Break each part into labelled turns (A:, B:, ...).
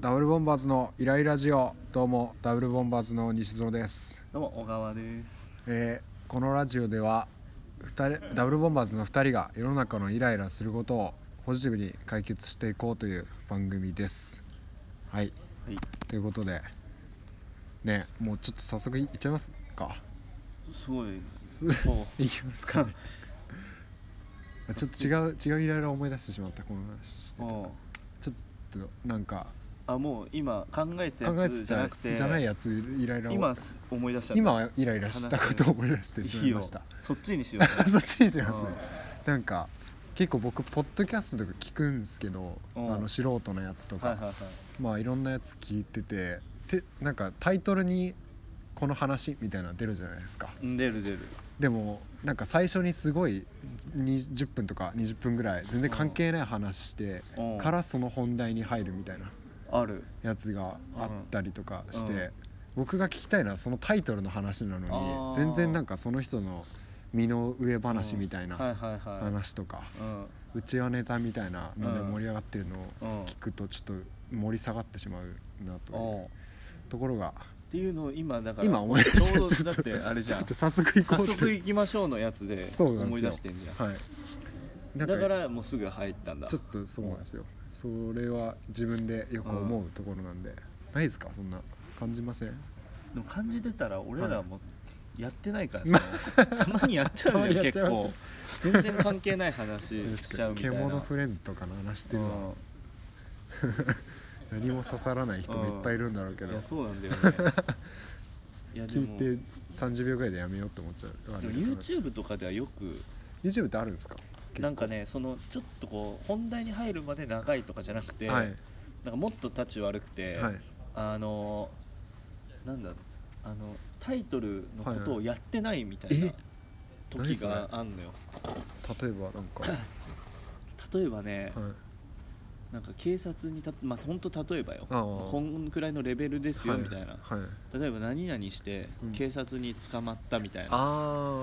A: ダブルボンバーズのイライラジオどうもダブルボンバーズの西園です、
B: どうも小川です。
A: えーこのラジオでは二人ダブルボンバーズの2人が世の中のイライラすることをポジティブに解決していこうという番組ですはい
B: はい。
A: ということでねもうちょっと早速いいっちゃいますか
B: すごい。
A: す
B: も
A: いきますかねあちょっと違う違うイライラを思い出してしまったこの話して
B: う、
A: て
B: も
A: ちょっとなんか
B: う、あ、もう今考えてた
A: 考
B: や
A: え
B: つ
A: て
B: じゃ
A: た
B: なくて、
A: じゃないやつイライラを
B: 今思い出した。
A: 今はイライラしたことを思い出してしまいました
B: いいよそっちにしよ
A: そっちにします
B: うん
A: なんか結構僕ポッドキャストとか聞くんですけどあ
B: うん
A: の素人のやつと
B: う。はい
A: か
B: はいはい。
A: まあいろんなやつ聞いてててなんかタイトルにこの話みたいなの出るじゃないですか
B: うん出る出る。
A: でもなんか最初にすごい20分とか20分ぐらい全然関係ない話して
B: うん
A: からその本題に入るみたいな
B: ある。
A: やつがあったりとかして、
B: うんうん
A: 僕が聞きたいのはそのタイトルの話な
B: あ
A: のに
B: ー
A: 全然なんかその人の身の上話みたい
B: はい
A: な
B: はいは
A: 話とか、
B: い。うん。
A: うちはネタみたいなので
B: うん
A: 盛り上がってるの
B: う
A: を
B: ん。
A: 聞くとちょっと盛り下がってしまうなという
B: おうっ
A: ところが
B: ていうのを今だから。
A: 今思い出し
B: ち
A: て
B: ょうど
A: ちょ
B: だ
A: っ
B: っ
A: と
B: てあれじゃ
A: ちょ
B: ん
A: っと。早速行こ
B: 早
A: うって
B: 速
A: いう
B: 行きましょうのやつで
A: そうなんで
B: 思い
A: すよ
B: 出してんじゃん。
A: はいなん
B: だか
A: から
B: もうすぐ入ったんだ。
A: ちょっとそうなんですよそれは自分でよく思うところなんで、ないですかそんな感じません
B: でも感じてたら俺らもやってないから
A: ま
B: さ、たまにやっちゃうじゃん
A: たま
B: 結
A: にやっちゃい
B: 構全然関係ない話しちゃうみたいな
A: 獣フレンズとかの話してるわ何も刺さらない人もいっぱいいるんだろうけ
B: うん
A: ど
B: いやそうなんだよねいやで
A: 聞
B: も
A: いて30秒ぐらいでやめようって思っちゃうあ
B: で
A: れ
B: も YouTube とかではよく
A: YouTube ってあるんですか結構
B: なんかねそのちょっとこう本題に入るまで長いとかじゃなくて、
A: はい
B: なんかもっとタち悪くて、
A: はい
B: あのなんだろうあのタイトルのことをやってないみたい
A: はい
B: な
A: はい何
B: 時
A: それ
B: があんのよ、
A: 例えばなん かは
B: 例えばね、
A: い
B: なんか警察にたまあ本当例えばよ
A: ああ
B: こんくらいのレベルですよみたいな、
A: はい
B: 例えば何々して
A: うん
B: 警察に捕まったみたいな、
A: あ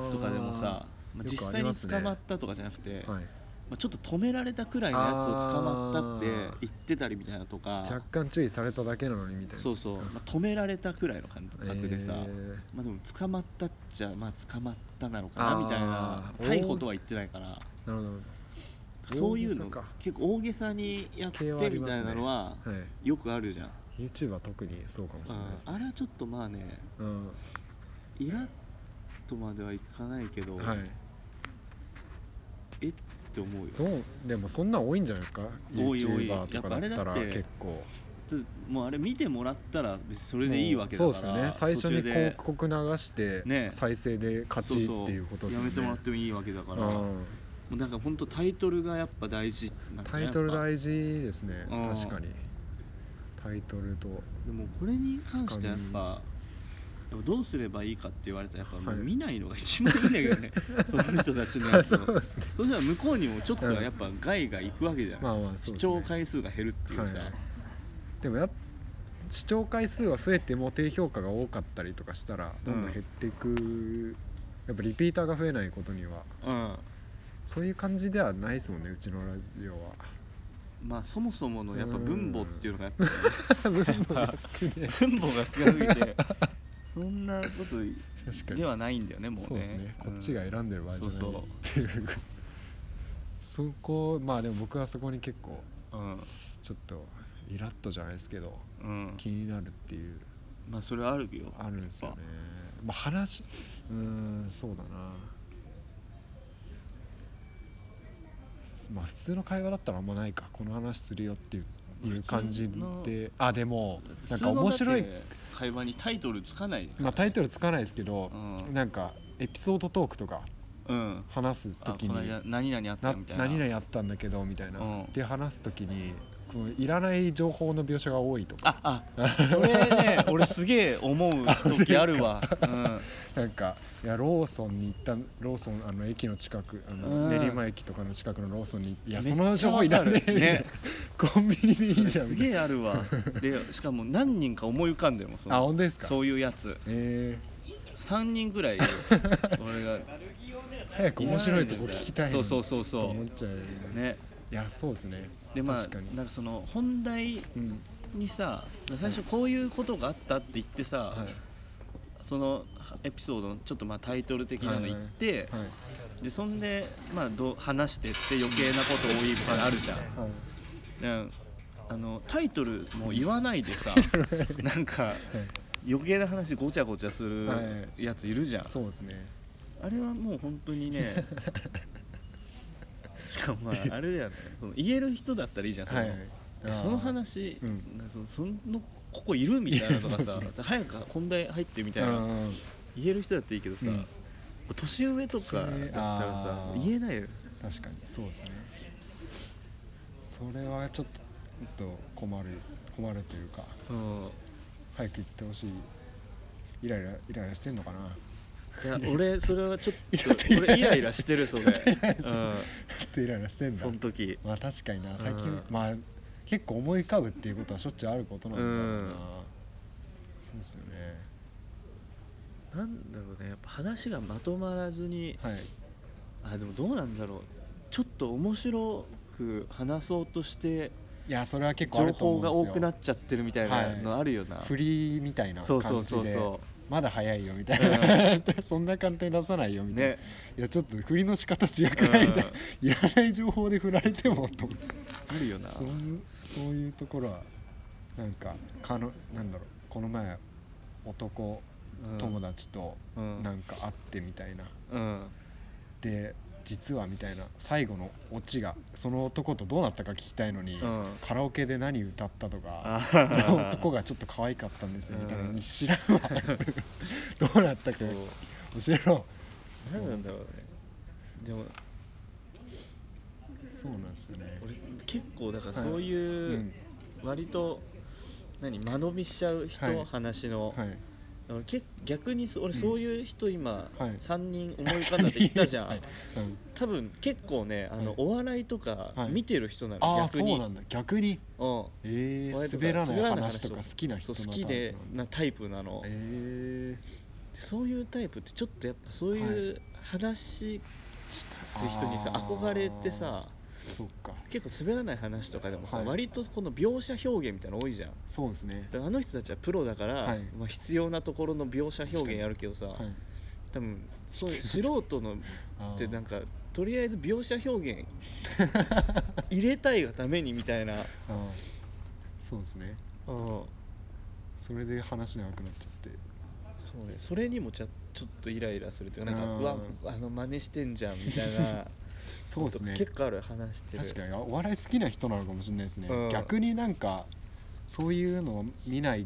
A: ー
B: とかでもさ、まあ、
A: よく
B: 実
A: あり
B: 際
A: ま
B: に
A: すね
B: 捕まったとかじゃなくて
A: はい
B: まあ、ちょっと止められたくらいのやつを捕まったって
A: あー
B: 言ってたりみたいなとか
A: 若干注意されただけなのにみたいな
B: そうそう、まあ、止められたくらいの感覚でさ、
A: えー
B: まあ、でも捕まったっちゃ、まあ、捕まったなの
A: あ
B: かな
A: ー
B: みたいな
A: お
B: 逮捕とは言ってないから
A: なるほどなるほど
B: そういう
A: 大げ
B: の
A: さ
B: 結構大げさにやって
A: 系はあり
B: み
A: ま
B: た
A: す
B: い
A: ね
B: なのは
A: かはい
B: よくあるじゃん、
A: YouTube は特にそうかもしれないです
B: あ
A: ね
B: あれはちょっとまあね
A: うん
B: 嫌とまではいかないけど、
A: はい
B: えって思うよ
A: どうでもそんなん多いんじゃないですか
B: 多い多い
A: YouTuber とかだったら
B: やっぱあれだって
A: 結構
B: だってもうあれ見てもらったら別にそれでいいわけだか
A: も
B: ら
A: うそうですよね最初に
B: 途中で
A: 広告流して、
B: ね
A: 再生で勝ち
B: そそ
A: っていうことですよね
B: やめてもらってもいいわけだから、
A: う
B: も
A: ん
B: うなんか本当タイトルがやっぱ大事なんじゃ
A: タ
B: ない
A: イトル
B: やっ
A: 大事ですね
B: うん
A: 確かにタイトルと
B: ぱでもこれに関してはやっぱやっぱどうすればいいかって言われたらやっぱも
A: は
B: う
A: い
B: 見ないのが一番いいんだけど ねその人たちのやつを
A: そうですね
B: そしたら向こうにもちょっとはやっぱ害がいくわけじゃない、
A: まあまあそう
B: 視
A: ですね
B: 聴回数が減るっていうさ、
A: はいでもやっぱ視聴回数は増えても低評価が多かったりとかしたらどんどん減っていく、やっぱリピーターが増えないことには
B: うん
A: そういう感じではないですもんねうちのラジオは
B: まあそもそものやっぱ分母っていう のがやっぱ
A: 分母が少ない
B: 分母が少なすぎ てそんなこと
A: 確かに
B: ではないんだよねもうね
A: そうですね、こっちが
B: うん
A: 選んでる場合じゃない
B: そうそう
A: っていうそこまあでも僕はそこに結構
B: うん、
A: ちょっとイラッとじゃないですけど
B: うん、
A: 気になるっていう
B: まあそれはあるよ
A: あるんですよねまあ話うーんそうだなまあ普通の会話だったらあんまないかこの話するよっていういう感じ
B: 普通の
A: であでもなんか
B: 普通の
A: 面白い
B: だって会話にタイトルつかないから
A: まあタイトルつかないですけど、
B: うん
A: なんかエピソードトークとか
B: うん
A: 話す
B: あ
A: 時
B: この
A: に
B: 間何々あっ
A: な
B: たみたいな
A: 何々あったんだけどみたいな、
B: うん
A: で話す時にそのいらない情報の描写が多いとか
B: ああそれ ね俺すげえ思う時あるわ
A: なんかいやローソンに行ったローソンあの駅の近くあの、
B: うん
A: 練馬駅とかの近くのローソンにいや
B: め
A: そ
B: っちゃ
A: の情報いらねえ
B: わかる
A: み
B: ね
A: たいなコンビニでい
B: うん
A: いじゃん
B: す
A: みたい
B: げえあるわでしかも何人か思い浮かんでもそ
A: なあ
B: の
A: 本当ですか
B: そういうやつ
A: え
B: 3人ぐらい いる俺が
A: ー、早く面白いとこ聞きたいな
B: そうそうそうそう
A: と思っちゃうよね
B: ね
A: いやそうですね
B: でま
A: 確かに
B: あなんかその本題
A: うん
B: にさ最初こういうことがあったって言ってさ、
A: はい
B: そのエピソードのちょっとまあタイトル的なの言って、
A: はい
B: でそんで、まあ、どう話してって余計なこと多いみたいなのあるじゃん。
A: はい
B: うんあのタイトルも言わないで さなんか余計な話ごちゃごちゃする
A: は
B: やついるじゃん、
A: そうですね
B: あれはもう本当 にねしかもまああれだよねその言える人だったらいいじゃんその,
A: は
B: え、
A: い
B: その話、
A: うん
B: なんかそのそのここいるみたいなと か
A: いやそ
B: さ
A: うで
B: 早く本題入ってみたいな、
A: うんうん
B: 言える人だっていいけどさ、
A: うん
B: 年上とかだったらさ
A: 年上あー
B: 言えないよ
A: 確かにそうですねそれはちょっとちょっと困る困るというか
B: うん
A: 早く言ってほしいイライライライラしてんのかない
B: や俺それはちょっと俺イライラしてるそれ、うん、
A: ちょっとイライラしてんだ
B: その時
A: まあ確かにな最近、
B: うん
A: まあ結構思い浮かぶっていうことはしょっちゅうあることなんだろうな、
B: うん
A: そうですよね
B: なんだろうねやっぱ話がまとまらずに
A: はい
B: あでもどうなんだろうちょっと面白く話そうとして
A: いやそれは結構あ
B: 情
A: ると思
B: 報
A: うんです
B: が
A: よ
B: 多くなっちゃってるみたいなのあるよな、
A: 振りみたいな
B: そ
A: 感
B: う
A: じで
B: そうそうそ
A: まだ早いよみたいな そんな簡単に出さないよ
B: う
A: みたいな、
B: ね
A: いやちょっと振りの仕方違くないみたいな、いらない情報で振られてもと思って
B: あるよな
A: そういうそういうところはなんかかのなんだろうこの前男
B: うん
A: 友達と
B: うん
A: なんか会ってみたいな、
B: うん
A: で実はみたいな最後のオチがその男とどうなったか聞きたいのに、
B: うん
A: カラオケで何歌ったとか
B: あ
A: この男がちょっと可愛かったんですよみたいな
B: うん
A: に知らんわどうなったか
B: そう
A: 教えろ
B: 何なんだろうねでも
A: そうなんですよね
B: 俺結構だから
A: はい
B: そういう、
A: うん
B: 割と何間延びしちゃう人、
A: はい
B: 話の、
A: はい
B: 俺け逆にそ俺そういう人今、
A: はい
B: 3人思い浮かんだって言ったじゃん、
A: はいうん
B: 多分結構ねあの、
A: はい
B: お笑いとか
A: はい
B: 見てる人なの、
A: ああ
B: 逆
A: そう
B: に
A: なんだ逆に
B: うん
A: え
B: お笑
A: ー、
B: いとか
A: 滑らない話とか好きな人
B: そう好
A: の
B: き
A: タイ
B: で
A: プなんだ
B: なタイプなの、
A: え
B: でそういうタイプってちょっとやっぱそういう話する人にさ、
A: あー
B: 憧れてさ
A: ー、そっか
B: 結構滑らない話とかでもさ、
A: はい
B: 割とこの描写表現みたいなの多いじゃんだ
A: そうですね
B: からあの人たちはプロだから、
A: はい
B: まあ、必要なところの描写表現やるけどさ、
A: はい
B: 多分そういう素人の
A: あー
B: ってなんかとりあえず描写表 現入れたいがためにみたいな、
A: あーそうですね
B: うん
A: それで話長くなっちゃって
B: そうねそれにもちゃちょっとイライラするというかなん
A: あ
B: か
A: ー
B: うわあの真似してんじゃんみたいな
A: そうですね
B: こと結構ある話してる
A: 確かにお笑い好きな人なのかもしれないですね、
B: うん
A: 逆になんかそういうのを見ないっ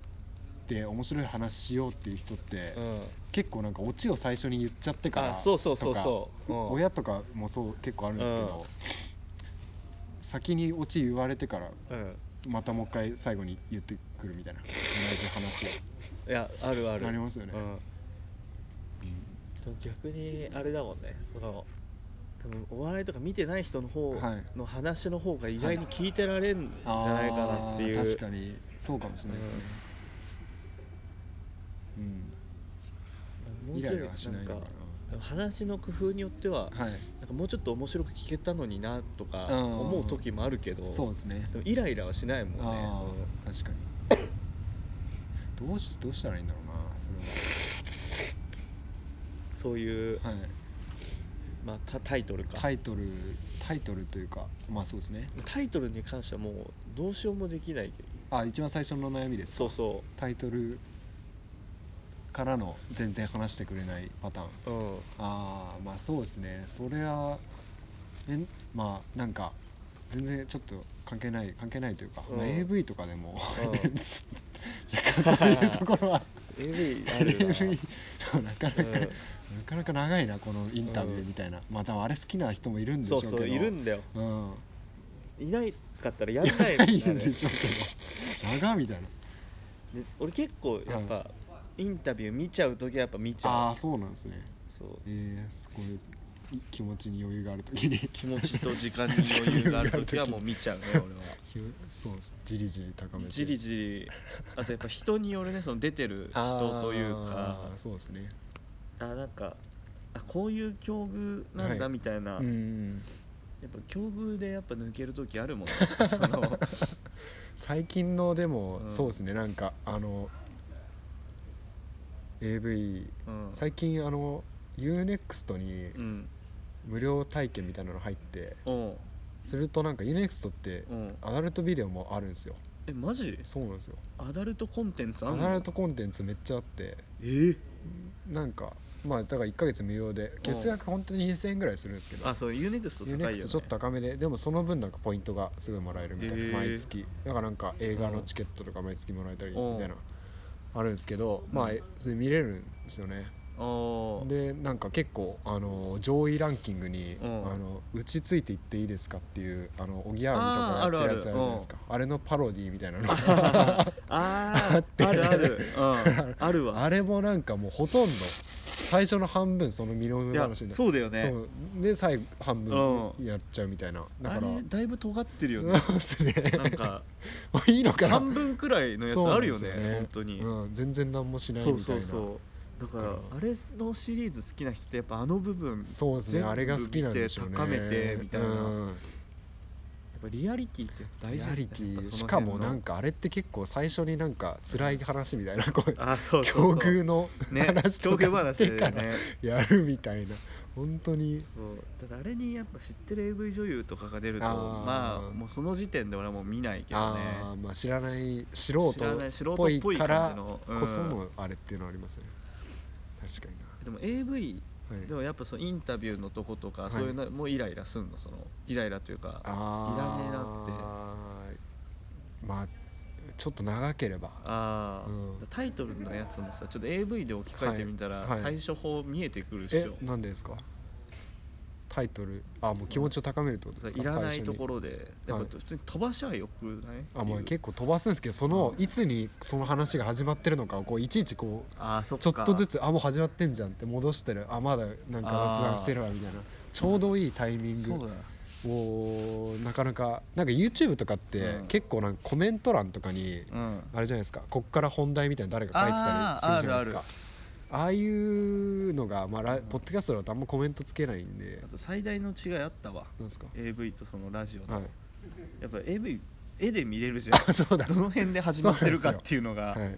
A: て面白い話しようっていう人って、
B: うん、
A: 結構なんかオチを最初に言っちゃってから
B: あそうそうそう
A: とか
B: そう、うん、
A: 親とかもそう結構あるんですけど、先にオチ言われてから
B: うん
A: またもう一回最後に言ってくるみたいな同じ話を
B: いやある ある
A: ありますよね
B: うん、でも逆にあれだもんねその多分お笑いとか見てない人の方
A: はい
B: の話の方が意外に聞いてられんじゃないかなっていう、
A: あー確かにそうかもしれないですね、うん
B: もう
A: イ
B: ち
A: ラ
B: ょ
A: イラはしない
B: ん
A: の
B: か
A: か
B: 話の工夫によっては、
A: なはい
B: なんかもうちょっと面白く聞けたのになとか
A: うん
B: 思う時もあるけど
A: そうですね
B: でもイライラはしないもんね
A: あ
B: その
A: あ確かにどうしどうしたらいいんだろうなそ
B: そういう、
A: れは、はい、
B: まあ、タタイトルか、
A: タイトルタイトルというかまあそうですね
B: タイトルに関してはもうどうしようもできないけど
A: あ一番最初の悩みです
B: そうそ
A: タイトルからの全然話してくれないパターン
B: う うん
A: ああまあそうですねそれは、ね、まあなんか全然ちょっと関係ない関係ないというか、まあ、
B: うん
A: AV とかで も、
B: うん
A: 若干そういうところは
B: AV あるな
A: AV のなかなか、
B: うん
A: なかなか長いなこのインタビューみたいな、まあ多分あれ好きな人もいるんでしょ
B: そうう
A: けど
B: そういるんだよ
A: うん
B: いないかったらやんないも ん
A: い
B: あ
A: るん
B: れ
A: でしょうけど長みたいな
B: で俺結構やっぱ、インタビュー見ちゃう時はやっぱ見ち
A: あ
B: ゃ
A: あ
B: う
A: そうなんですね
B: そう
A: えー、こういうい気持ちに余裕がある時に
B: 気持ちと時間に余裕がある時はもう見ちゃうね 俺は
A: 気をそうですじりじり高めて
B: じりじりあとやっぱ人によるねその出てる人というか
A: あーそうですね
B: あなんかあこういう境遇なんだ
A: はい
B: みたいな、
A: うん
B: やっぱ境遇でやっぱ抜ける時あるもんねその
A: 最近のでも、
B: うん
A: そうですねなんかあの AV
B: うん
A: 最近あの UNEXT に
B: うん
A: 無料体験みたいなの入って
B: おう
A: するとなんか UNEXT って
B: うん
A: アダルトビデオもあるんですよ
B: えマジ
A: そうなんですよ
B: アダルトコンテンツあ
A: ア
B: ん
A: ダ
B: の
A: ルトコンテンツめっちゃあって
B: えー、
A: なんかまあだから1ヶ月無料で月額本当に2000円ぐらいするんですけど
B: あそうユーネクスト高いよ、ね、
A: UNEXT ちょっと高めででもその分なんかポイントがすごいもらえるみたい
B: へ
A: な
B: ー
A: 毎月だからなんか映画のチケットとか毎月もらえたりみたいなあるんですけどまあえそれ見れるんですよね
B: おー
A: でなんか結構あの上位ランキングに「あ
B: うん
A: のうちついていっていいですか?」っていうあのおぎや
B: あー
A: はぎとかやってるやつあるじ
B: あるある
A: ゃないですかあれのパロディみたいなの
B: あーあるある、うん、あるわ
A: あれもなんかもうほとんど最初の半分その身の
B: い
A: 上
B: や
A: 話にな
B: そうだよね
A: そうで最後半分
B: う
A: やっちゃうみたいなだ
B: あ
A: から
B: れだいぶ尖ってるよね
A: そうですね
B: なん か
A: もういいのかな
B: 半分くらいのやつ
A: そうな
B: あ
A: ん
B: る
A: で
B: よ
A: す
B: ね本当に、
A: うん、全然何もしない
B: そ
A: みた
B: うそ
A: いな
B: うそうだからあれのシリーズ好きな人ってやっぱあの部分
A: そうですね
B: 全部
A: あれが好きなんでしょうね
B: 見て高めてみたいな
A: うん
B: やっぱリアリティってやっぱ大
A: リ
B: 事だ
A: ア
B: よね
A: リテ
B: やっ
A: ィ
B: ぱその辺の
A: しかもなんかあれって結構最初になんか辛い話みたいなこう
B: あそうそう
A: 境
B: そう
A: 遇の
B: ね
A: 話と
B: 境遇
A: かし
B: 話
A: て
B: だ
A: か
B: よ
A: ら
B: ね
A: やるみたいな本当に
B: そうだからあれにやっぱ知ってる AV 女優とかが出ると
A: あー
B: まあもうその時点で俺はもう見ないけどね
A: あーまあ知らない素人
B: 知らない素人
A: っ
B: っ
A: ぽ
B: ぽ
A: い
B: い
A: か
B: 感
A: ら
B: じの
A: こそ
B: うん
A: のあれっていうのありますよね確かに
B: でも AV
A: な、はい、
B: でもやっぱそのインタビューのとことか
A: い
B: そういうのもうイライラすんのそのイライラというか
A: あ
B: いらねえ
A: まあちょっと長ければ
B: ああ、
A: うん
B: タイトルのやつもさちょっと AV で置き換えてみたら、
A: はいはい
B: 対処法見えてくるっし
A: え
B: ょ
A: なんでですかタイトルあもう気持ちを高めるってこと
B: そ
A: で
B: う
A: すか
B: いらない
A: 最初
B: と
A: に
B: ころでやっぱ普通に飛ばしはよくないっていう
A: あまあ結構飛ばすんですけどそのいつにその話が始まってるのかをこういちいちこう
B: あーそっ
A: ちょ
B: か
A: っとずつあもう始まってんじゃんって戻してるあまだなんか雑談してるわみたいなちょうどいいタイミン
B: そうだ
A: グをなかなかなんか YouTube とかって
B: うん
A: 結構なんかコメント欄とかに
B: うん
A: あれじゃないですかこっから本題みたいなの誰か書いてたりするじゃないです
B: あーあるあ
A: か
B: る
A: ああいうのがまあラポッドキャストだとあんまコメントつけないんで
B: あと最大の違いあったわ
A: なんですか
B: AV とそのラジオの、
A: はい
B: やっぱ AV 絵で見れるじ ゃん
A: そうだ
B: どの辺で始まってるかっていうのが
A: はい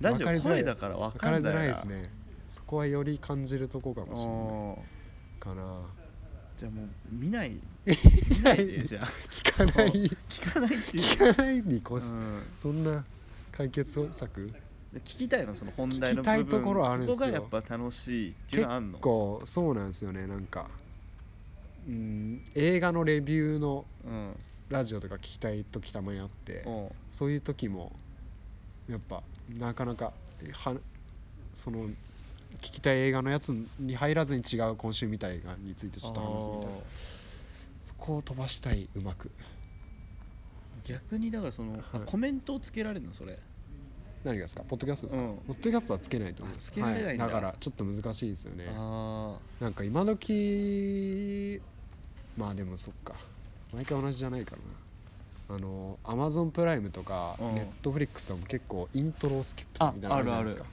B: ラジ
A: わかり
B: オ
A: づらい
B: 声だから分かんな
A: わ
B: い
A: りづらいですねそこはより感じるとこかもしれない
B: おー
A: かな
B: じゃあもう見ない 見ないでじゃあ
A: 聞かない
B: 聞かないっていう、
A: 聞かないにこし、
B: うん
A: そんな解決策
B: で聞きたいのその本題の部分
A: 聞きたいところあるんですよ
B: そこがやっぱ楽しいって
A: 結
B: いうのはあんの
A: 構そうなんですよねなんかうん映画のレビューの
B: うん
A: ラジオとか聞きたい時たまにあって
B: おう
A: そういう時もやっぱなかなかはその聞きたい映画のやつに入らずに違う今週みたいがについてちょっと話すみたいなそこを飛ばしたいうまく
B: 逆にだからその、あコメントをつけられるのそれ
A: 何がですかポッドキャストですか、
B: うん
A: ポッドキャストはつけないと思います
B: あつけられないんだ
A: はい、だからちょっと難しいですよね
B: あ
A: なんか今時まあでもそっか毎回同じじゃないからなあのアマゾンプライムとか
B: うん
A: ネットフリックスとかも結構イントロをスキップするみたいなのあるじゃないですか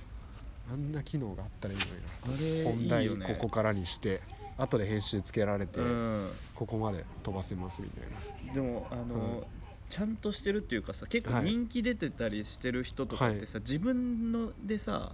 B: あ
A: あんな機能があったらいいのにな
B: あれ
A: 本題
B: いいよ
A: こ
B: ね
A: こからにして後で編集つけられて、
B: あうん
A: ここまで飛ばせますみたいな
B: でもあの、
A: うん
B: ちゃんとしてるっていうかさ結構
A: はい
B: 人気出てたりしてる人とかってさ、自分のでさ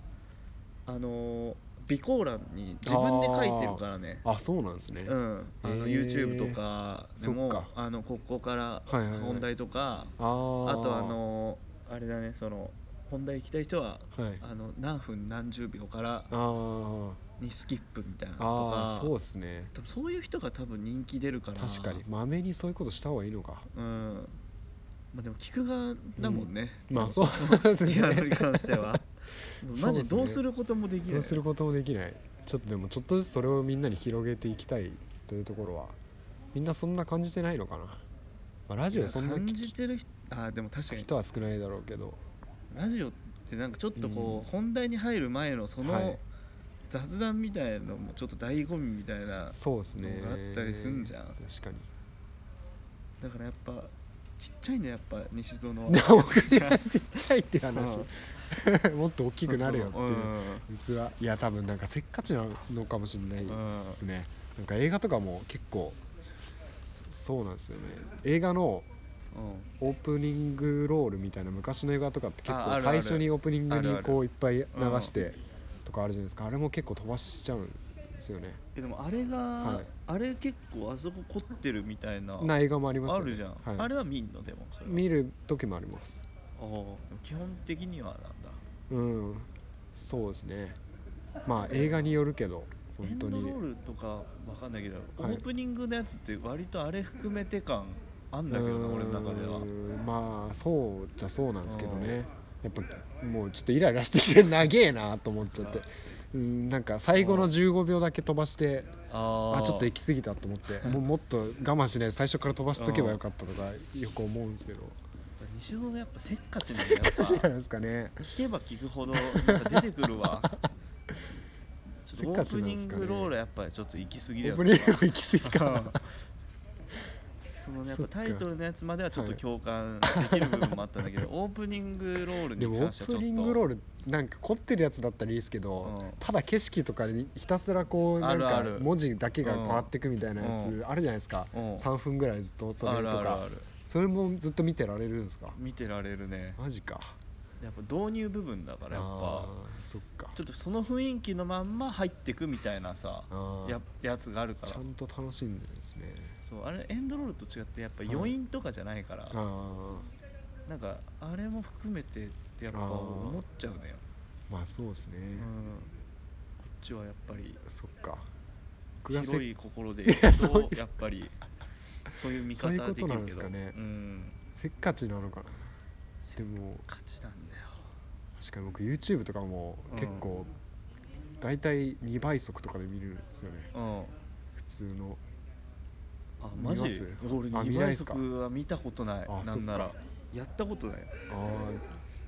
B: あの備考欄に自分で書いてるからね
A: あそうなんですね、
B: うん、あの
A: へー
B: YouTube とかで
A: そ
B: も
A: っか
B: あのここから
A: はいはいはい
B: 本題とか、
A: あー
B: あとあのあれだねその本題行きたい人は
A: はい
B: あの何分何十秒から
A: あー
B: にスキップみたいなのと
A: あ
B: か
A: ーそうですね
B: 多分そういう人が多分人気出るから
A: 確かにまめにそういうことした方がいいの か
B: うんまあでも聞く側だもんね、
A: まあそうですね
B: ピアノに関して はマジ
A: そう
B: ど
A: ですね
B: うすることもできない
A: どうすることもできないちょっとでもちょっとずつそれをみんなに広げていきたいというところはみんなそんな感じてないのかな、まあ、ラジオそんな
B: 感
A: 聞
B: じ
A: き
B: てる人あでも確かに
A: 人は少ないだろうけど
B: ラジオってなんかちょっと
A: う
B: こう、
A: ん
B: 本題に入る前のそ
A: は
B: の
A: い
B: 雑談みたいのもちょっと醍醐味みたいな、
A: そうですね
B: のがあったりすんじゃん
A: 確かに
B: だからやっぱちっちゃいねやっぱ西 園は
A: でも僕がちっちゃいって話
B: う ん
A: もっと大きくなるよっていううん器いや多分なんかせっかちなのかもしれないですねなんか映画とかも結構そうなんですよね映画の
B: うん
A: オープニングロールみたいな昔の映画とかって結
B: あある
A: 構
B: ある
A: 最初にオープニング
B: あるあ
A: に
B: る
A: こういっぱい流してとかあるじゃないですかあれも結構飛ばしちゃうんですよね
B: えでもあれが、
A: はい
B: あれ結構あそこ凝ってるみたいな
A: な映画もあります
B: あ
A: よね
B: るじゃん、
A: はい
B: あれは見んのでもそれは
A: 見る時もあります
B: おお基本的にはなんだ
A: うんそうですねまあ映画によるけど
B: エ
A: 本
B: ン
A: 当
B: ドロ
A: に
B: ールとかわかんないけど、
A: はい
B: オープニングのやつって割とあれ含めて感あんだけどな俺の中では
A: うーんまあそうじゃそうなんですけどねやっぱもうちょっとイライラしてきて長えなと思っちゃってうんなんか最後の15秒だけ飛ばして
B: あー
A: あちょっと行き過ぎたと思 ってもうもっと我慢しないで最初から飛ばしとけばよかったとかよく思うんですけど
B: 西園やっぱせっかちなんだやっぱ
A: そうなんですかね
B: 聞けば聞くほどなんか出てくるわちょっとオープニングロールやっぱりちょっと行き過
A: オ
B: ぎだ
A: ー
B: よ
A: プニングの行き過ぎ か
B: そのねやっ
A: そっ
B: ぱ
A: か
B: タイトルのやつまではちょっと共感できる部分もあったんだけど、オープニングロール
A: で
B: に
A: もオ
B: 関して
A: ープ
B: はちょっと
A: ニングロールなんか凝ってるやつだったらいいですけど、
B: うん
A: ただ景色とかにひたすらこうなん
B: あ
A: か
B: るある
A: 文字だけが変わってくみたいなや
B: う
A: つあるじゃないですか、
B: うん
A: 3分ぐらいずっとそれ
B: あ
A: と
B: るある
A: か
B: ある
A: それもずっと見てられるんですか
B: 見てられるね
A: マジか
B: やっぱ導入部分だからやっぱ
A: あーそっか
B: ちょっとその雰囲気のまんま入ってくみたいなさ
A: あー
B: ややつがあるか
A: ち
B: ら
A: ゃんと楽しんでるんですね
B: そうあれエンドロールと違ってやっぱ
A: はい
B: 余韻とかじゃないから、
A: ああ
B: なんかあれも含めてってやっぱ
A: あー
B: 思っちゃうね
A: まあそうですね、
B: うんこっちはやっぱり
A: そっか僕がせ
B: 広い心でいく
A: そう
B: とやっぱりそういう見
A: そう
B: 方
A: い
B: で
A: うこと
B: きるけ
A: なんです
B: ど
A: かね
B: ん
A: せっかちなのかなでも
B: 勝ちなんだよ
A: 確かに僕 YouTube とかも
B: うん
A: 結構、大体2倍速とかで見るんですよね
B: うん
A: 普通の
B: あ
A: 見
B: マジ
A: ます
B: 俺
A: あ見
B: 2
A: ない
B: 倍
A: ですか
B: 速は見たことない
A: あ
B: なんな
A: そ
B: ら
A: っ
B: やったことない
A: ああ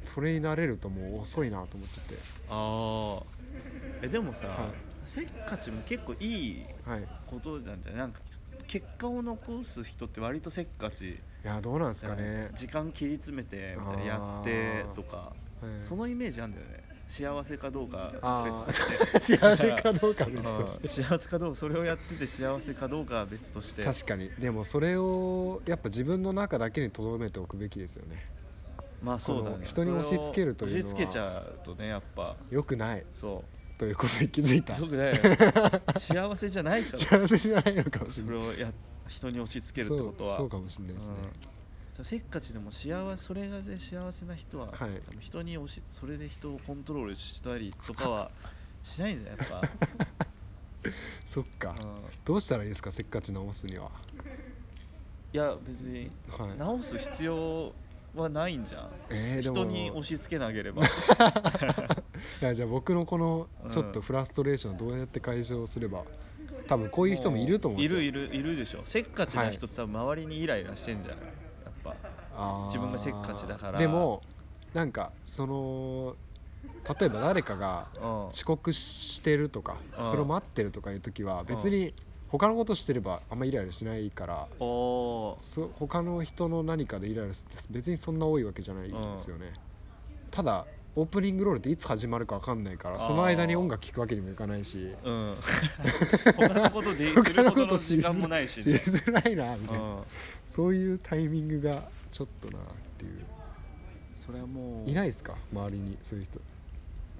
A: それに慣れるともう遅いなと思っちゃって
B: ああえでもさ、
A: はい
B: せっかちも結構いい
A: はいい
B: ことなんじゃないなんか結果を残す人って割とせっかち
A: やどうなんです
B: じゃ
A: か
B: ない
A: ね、
B: 時間切り詰めてみたいなや
A: あ
B: っ
A: ー
B: てとか
A: はい
B: そのイメージあんだよね幸せかどうか
A: あ
B: 別
A: あ
B: として
A: 幸せかどうかは別
B: うん
A: として
B: 幸せかどうかそれをやってて幸せか どうかは別として
A: 確かにでもそれをやっぱ自分の中だけに留めておくべきですよね
B: まあそうだ
A: こ
B: ね
A: の人に押し付けるというのは
B: それを押し付けちゃうとねやっぱ
A: よくない
B: そ
A: ということに気づい た
B: うよくないよ 幸せじゃないから
A: 幸せじゃないのかもし
B: そ
A: れ
B: れ
A: ない
B: をや人に押し付けるってことは
A: そうそうかもしれないですね、
B: うんせっかちでも幸せそれがで幸せな人は、
A: はい
B: 多分人に押しそれで人をコントロールしたりと かはしないんじゃないやっ
A: そっか、
B: ぱ、うん、い
A: どうしたらいいですかせっかち直すには
B: や別に
A: はい
B: 直す必要はないんじゃん、
A: えー、でも
B: 人に押し付けなければ
A: いやじゃあ僕のこの
B: うん
A: ちょっとフラストレーションどうやって解消すれば多分こういう人もいると思うん
B: い
A: ですよ
B: るいるいるでしょせっかちな人って多分周りにイライラしてんじゃんやっぱ
A: あー
B: 自分がせっかちだから
A: でもなんかその例えば誰かが
B: うん
A: 遅刻してるとか
B: うん
A: それを待ってるとかいう時は別に他のことしてればあんまイライラしないから
B: おー
A: そ他の人の何かでイライラするって別にそんな多いわけじゃないんですよね、ただオープニングロールっていつ始まるか分かんないからその間に音楽聴くわけにもいかないし
B: うん 他のことです
A: 他
B: る
A: の
B: ほ
A: こ
B: ど
A: と
B: の
A: し
B: 時
A: づら
B: 間もないし
A: し
B: ね、
A: づらいなみ
B: う、
A: たいなん そういうタイミングがちょっとなっていう
B: それはもう
A: いないですか周りにそういう人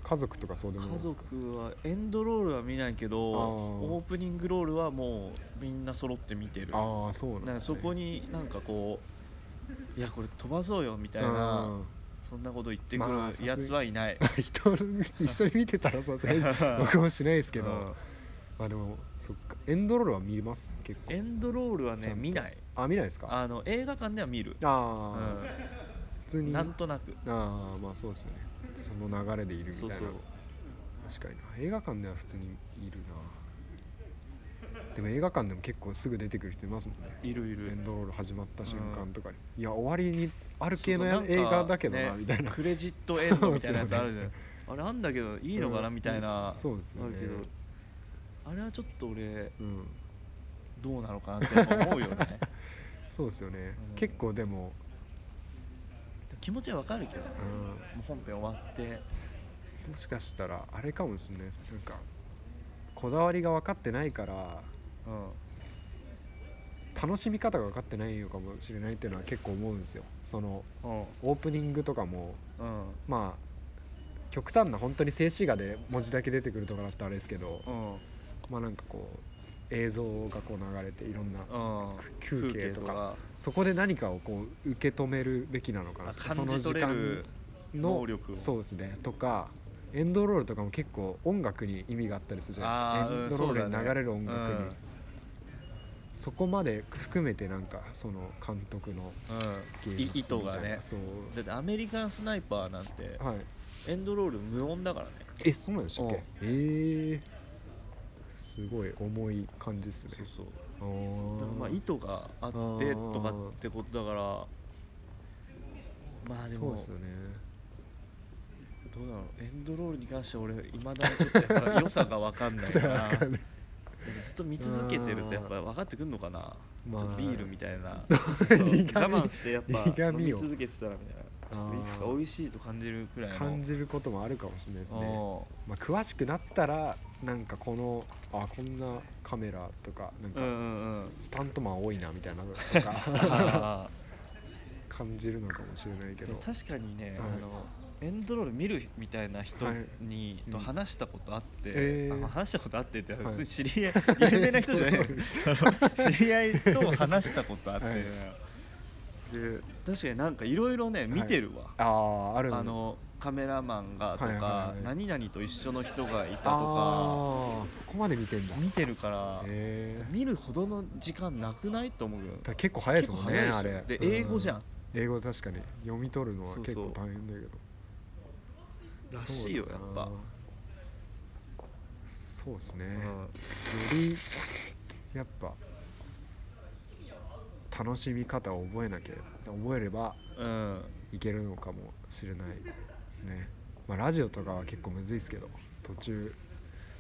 A: 家族とかそうでもない
B: 家
A: ですか
B: 族はエンドロールは見ないけど
A: あー
B: オープニングロールはもうみんな揃って見てるな
A: ああそうなん
B: んか
A: です
B: そ
A: ね
B: こになんかこういやこれ飛ばそうよみたい
A: うん
B: なそんなこと言ってく
A: まあさす
B: る
A: が
B: やつはいない、
A: 人を一緒に見てたらさすがに僕もしないですけど、
B: うん
A: まあでもそっかエンドロールは見れます結構
B: エンドロールは
A: ちゃん
B: ね
A: と
B: 見ない
A: あ見ないですかあ
B: あの映画館では見る、
A: あー、
B: う
A: 普通
B: ん、
A: に
B: な
A: あ
B: んとなく
A: あまあそうですよねその流れでいるみた
B: そ
A: いうな
B: そう
A: 確かにな映画館では普通にいるなでも映画館でも結構すぐ出てくる人いますもんね
B: いるい
A: エ
B: る
A: ンドロール始まった瞬間とかに、いや終わりにある系の
B: そう
A: や
B: そう
A: 映
B: なんか
A: 画だけどな、
B: ね
A: みたいな
B: クレジットエンドみたいなやつあるじゃん、
A: そう
B: あれあんだけどいいのかな
A: うん
B: みたいな、
A: そうですよね
B: あるけどあれはちょっと俺
A: うん
B: どうなのかなって思う よね
A: そうですよね、
B: うん
A: 結構でも、
B: 気持ちはわかるけどね
A: う
B: も
A: ん、
B: う本編終わって
A: もしかしたらあれかもしれないですなんかこだわりが分かってないから
B: うん
A: 楽しみ方が分かってないのかもしれないっていうのは結構思うんですよその
B: うん
A: オープニングとかも
B: うん
A: まあ極端な本当に静止画で文字だけ出てくるとかだったらあれですけど
B: うん
A: まあなんかこう映像がこう流れていろんな
B: うん
A: く風景とかそこで何かをこう受け止めるべきなのかな
B: あ
A: って
B: 感じ取れる
A: の
B: 能力を
A: そうですねとかエンドロールとかも結構音楽に意味があったりするじゃない
B: あーうん
A: ですかエンドロール
B: そうだ
A: に
B: ね
A: 流れる音楽に、
B: うん
A: そこまで含めてなんかその監督の
B: うん
A: 芸
B: い
A: 術
B: 意図が
A: みたい
B: ね
A: なそう
B: だってアメリカンスナイパーなんて
A: はい
B: エンドロール無音だからね
A: えそうなんでしたっ
B: う
A: け
B: ん
A: えー、すごい重い感じですね
B: そうそう
A: あー
B: だからまあ意図があってとかってことだからまあで
A: そう
B: も
A: です よね
B: どうだろうエンドロールに関しては俺いまだにちょっとやっぱり良さが分かんない から
A: わかんない
B: ずっと見続けてるとやっぱり分かってくんのかな、
A: まあ
B: ちょっとビールみた いな
A: 苦味
B: そう我慢してやっぱ
A: 苦
B: 飲み
A: 味を
B: 続けてたらみたい
A: あ
B: な
A: ー
B: いつか美味しいと感じるくらいの
A: 感じることもあるかもしれないですね
B: お
A: まあ、詳しくなったらなんかこのあこんなカメラとかなん
B: ー
A: か
B: うんうん うん
A: スタントマン多いなみたいなのとか
B: あ
A: 感じるのかもしれない
B: ー
A: け
B: で
A: ど
B: も確かにね、
A: はい
B: あのエンドロール見るみたいな人
A: はい
B: に、
A: うん
B: と話したことあって、
A: えー
B: あ話したことあってって
A: はい
B: 普通に知り合い、 有名な 人じゃないあの知り合いと話したことあって、
A: はい
B: で確かになんかいろいろね見てるわ、
A: ああある
B: あのカメラマンがとか、
A: はいはいはい
B: 何々と一緒の人がいたとか
A: あーそこまで見てんだ
B: 見てるから、
A: へえ
B: 見るほどの時間なくないと思うよ
A: だから結構早いですもんね
B: 結構
A: あ
B: 早いでしょ
A: れ
B: で英語じゃん
A: う英語確かに読み取るのは
B: そう
A: 結
B: そう
A: 構大変だけど
B: らしいよ
A: そう
B: や
A: だ
B: っ
A: な
B: ぱ、
A: そうですね、
B: うん
A: よりやっぱ楽しみ方を覚えなきゃ覚えれば
B: うん
A: いけるのかもしれないですね、まあ、ラジオとかは結構むずいですけど途中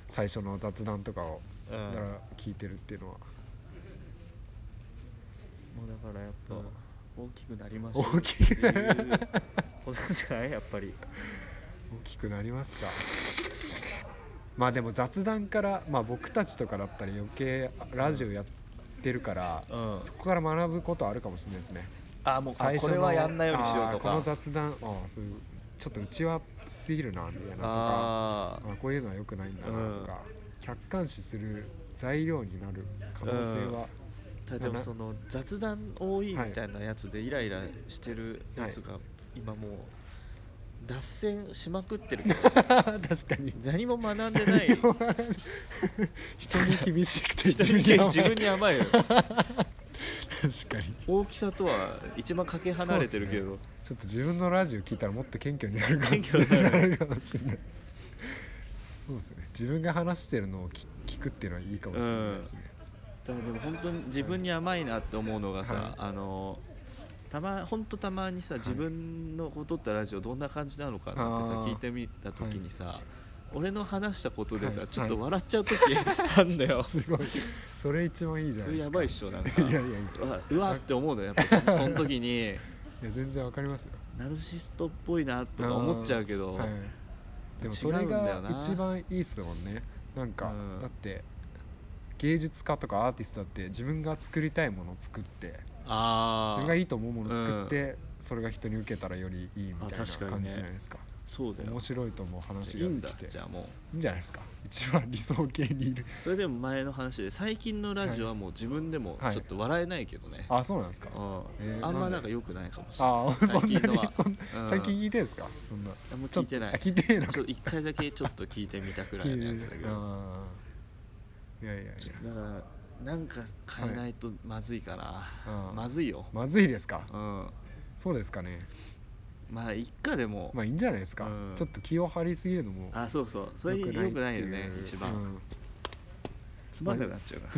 A: 最初の雑談とかを
B: うん
A: だ
B: もうだ
A: か
B: から
A: 聞いてるっていうのは、
B: らやっぱ
A: うん
B: 大きくなりました
A: 大きく
B: って いうことじゃないやっぱり
A: 大きくなりますかまあでも雑談から、まあ、僕たちとかだったら余計ラジオやってるから、
B: うん
A: そこから学ぶことあるかもしれないですね
B: あもうあ
A: 最
B: こ
A: 初の
B: れはやんないようにしようと
A: あーこの
B: か
A: 雑談あーそういうちょっとうちはすぎるなみたいなとか
B: あ
A: あこういうのは良くないんだなとか、客観視する材料になる可能性は、
B: ー例えばその雑談多いみたいなやつでイライラしてるやつが今もう脱線しまくってるけど
A: 確かに
B: 何も学んでない
A: 人に厳しくて自
B: 人
A: 分
B: に
A: に甘い
B: 自分に甘いよ
A: 確かに
B: 大きさとは一番かけ離れてるけど、
A: ちょっと自分のラジオ聞いたらもっと謙虚になるかも
B: 謙
A: しれ
B: 虚に
A: な
B: ないる
A: かもしれないそうですね自分が話してるのを聞聞くっていうのはいいかもしれないですね、
B: ただでも本当に自分に甘いなって思うのがさ、
A: はい
B: あのたま本当たまにさ
A: い
B: 自分のこう撮ったラジオどんな感じなのかなってさ
A: あー
B: 聞いてみた時にさ、俺の話したことでさ、
A: はい
B: ちょっと笑っちゃう時あんだよ、
A: すごいそれ一番いいじゃ
B: そ
A: ないで
B: れ
A: す
B: や
A: か
B: ばいっしょなんか
A: いやいやいや
B: うわうわって思うのよやっぱその時に
A: い や全然わかりますよ
B: ナルシストっぽいなとか思っちゃうけど、
A: はい、でもそ
B: 違う
A: れ
B: んだ
A: が
B: よな
A: 一番いいっすもんねなんか、
B: うん
A: だって芸術家とかアーティストだって自分が作りたいものを作って
B: あ
A: 自分が
B: あ
A: いいと思うものを作って、それが人に受けたらよりいいみたい
B: あ確か
A: な
B: にね
A: 感じじゃないですか
B: そうだよ
A: 面白いと思う話
B: いいん
A: が
B: だ
A: できて
B: じゃあもう
A: いいんじゃないですか一番理想系にいる
B: それでも前の話で最近のラジオはもう自分でも
A: はい
B: ちょっと笑えないけどね、
A: あそうなんですかあ
B: うん
A: えー
B: あんま
A: な
B: なんん
A: で
B: か良くないかもしれない
A: あそんな
B: 最近の
A: に
B: は
A: そん
B: うん
A: 最近聞いてんですかそんな
B: あんま聞いてない
A: ちょっとあ聞いてないの
B: ちょっと一回だけちょっと聞いてみたくらいのやつだけどだか
A: あーいやいやいや
B: らなんか変えないとまずいかな、
A: あー
B: まずいよ
A: まずいですか
B: うん
A: そうですかね
B: まあ一家でも、
A: まあいいんじゃないですか、
B: うん
A: ちょっと気を張りすぎるのも
B: あそうそうそれ良
A: 良
B: く
A: って
B: ないうよね一番、
A: うん
B: つまんなくなっちゃうから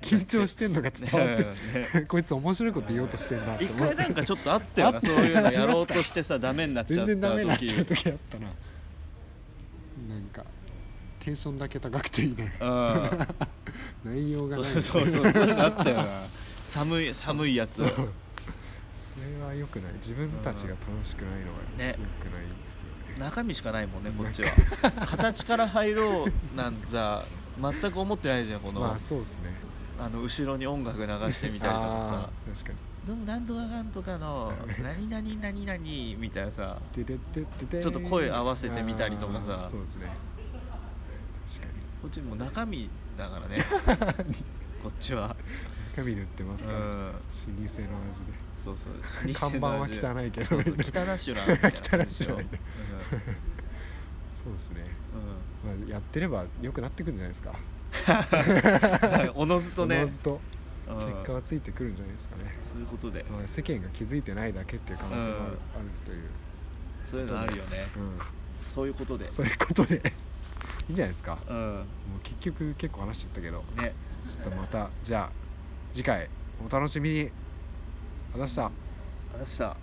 A: 緊張してんのが伝わって
B: ね
A: きて こいつ面白いこと言おうとしてんなって
B: 一
A: 思
B: 回
A: う
B: なんかちょっとあったよ
A: あっ
B: な
A: た
B: そう
A: よ
B: いうのやろうとしてさダメになっち
A: 全
B: ゃった
A: 然ダメになっ
B: 時
A: た時あったななんかテンションだけ高くていいね
B: うん
A: 内容がない
B: そうそうそ うそういうのあったよな寒い寒いやつ
A: それは良くない自分たちが楽しくないのが良
B: ね
A: くないですよね
B: 中身しかないもんねこっちは形から入ろうなんざ全く思ってないじゃんこの、
A: ま
B: あ
A: あ、そうですね
B: あの後ろに音楽流してみたりとかさ
A: あー確かに
B: 「どんなんとかかんとかの何々何々」みたいなさ
A: てれてってて
B: ちょっと声合わせてみたりとかさ
A: あーそうですね確かに
B: こっちもう中身だか らねこっちは
A: 紙塗ってます
B: う
A: から、老舗
B: ん
A: の味で
B: そうそう
A: 看板は汚
B: い
A: いけ
B: そ
A: ど
B: う
A: み
B: そ
A: たいな
B: う北ナシュラみた いな感じでしょ、
A: 北ナシュラ
B: う
A: みたいそうですね、まあ、やってれば良くなってくんじゃないですか
B: んうん、おのずとね
A: おのずと
B: うん
A: 結果はついてくるんじゃないですかね、
B: そういうことで
A: まあ、世間が気づいてないだけっていう可能性もある,、という、
B: そういうのあるよね
A: う
B: そういうことで
A: ん、そういうことでいいんじゃないですかも
B: うん
A: う結局結構話しちゃったけど
B: ね
A: ちょっとまたじゃあ次回お楽しみにあざした
B: 明日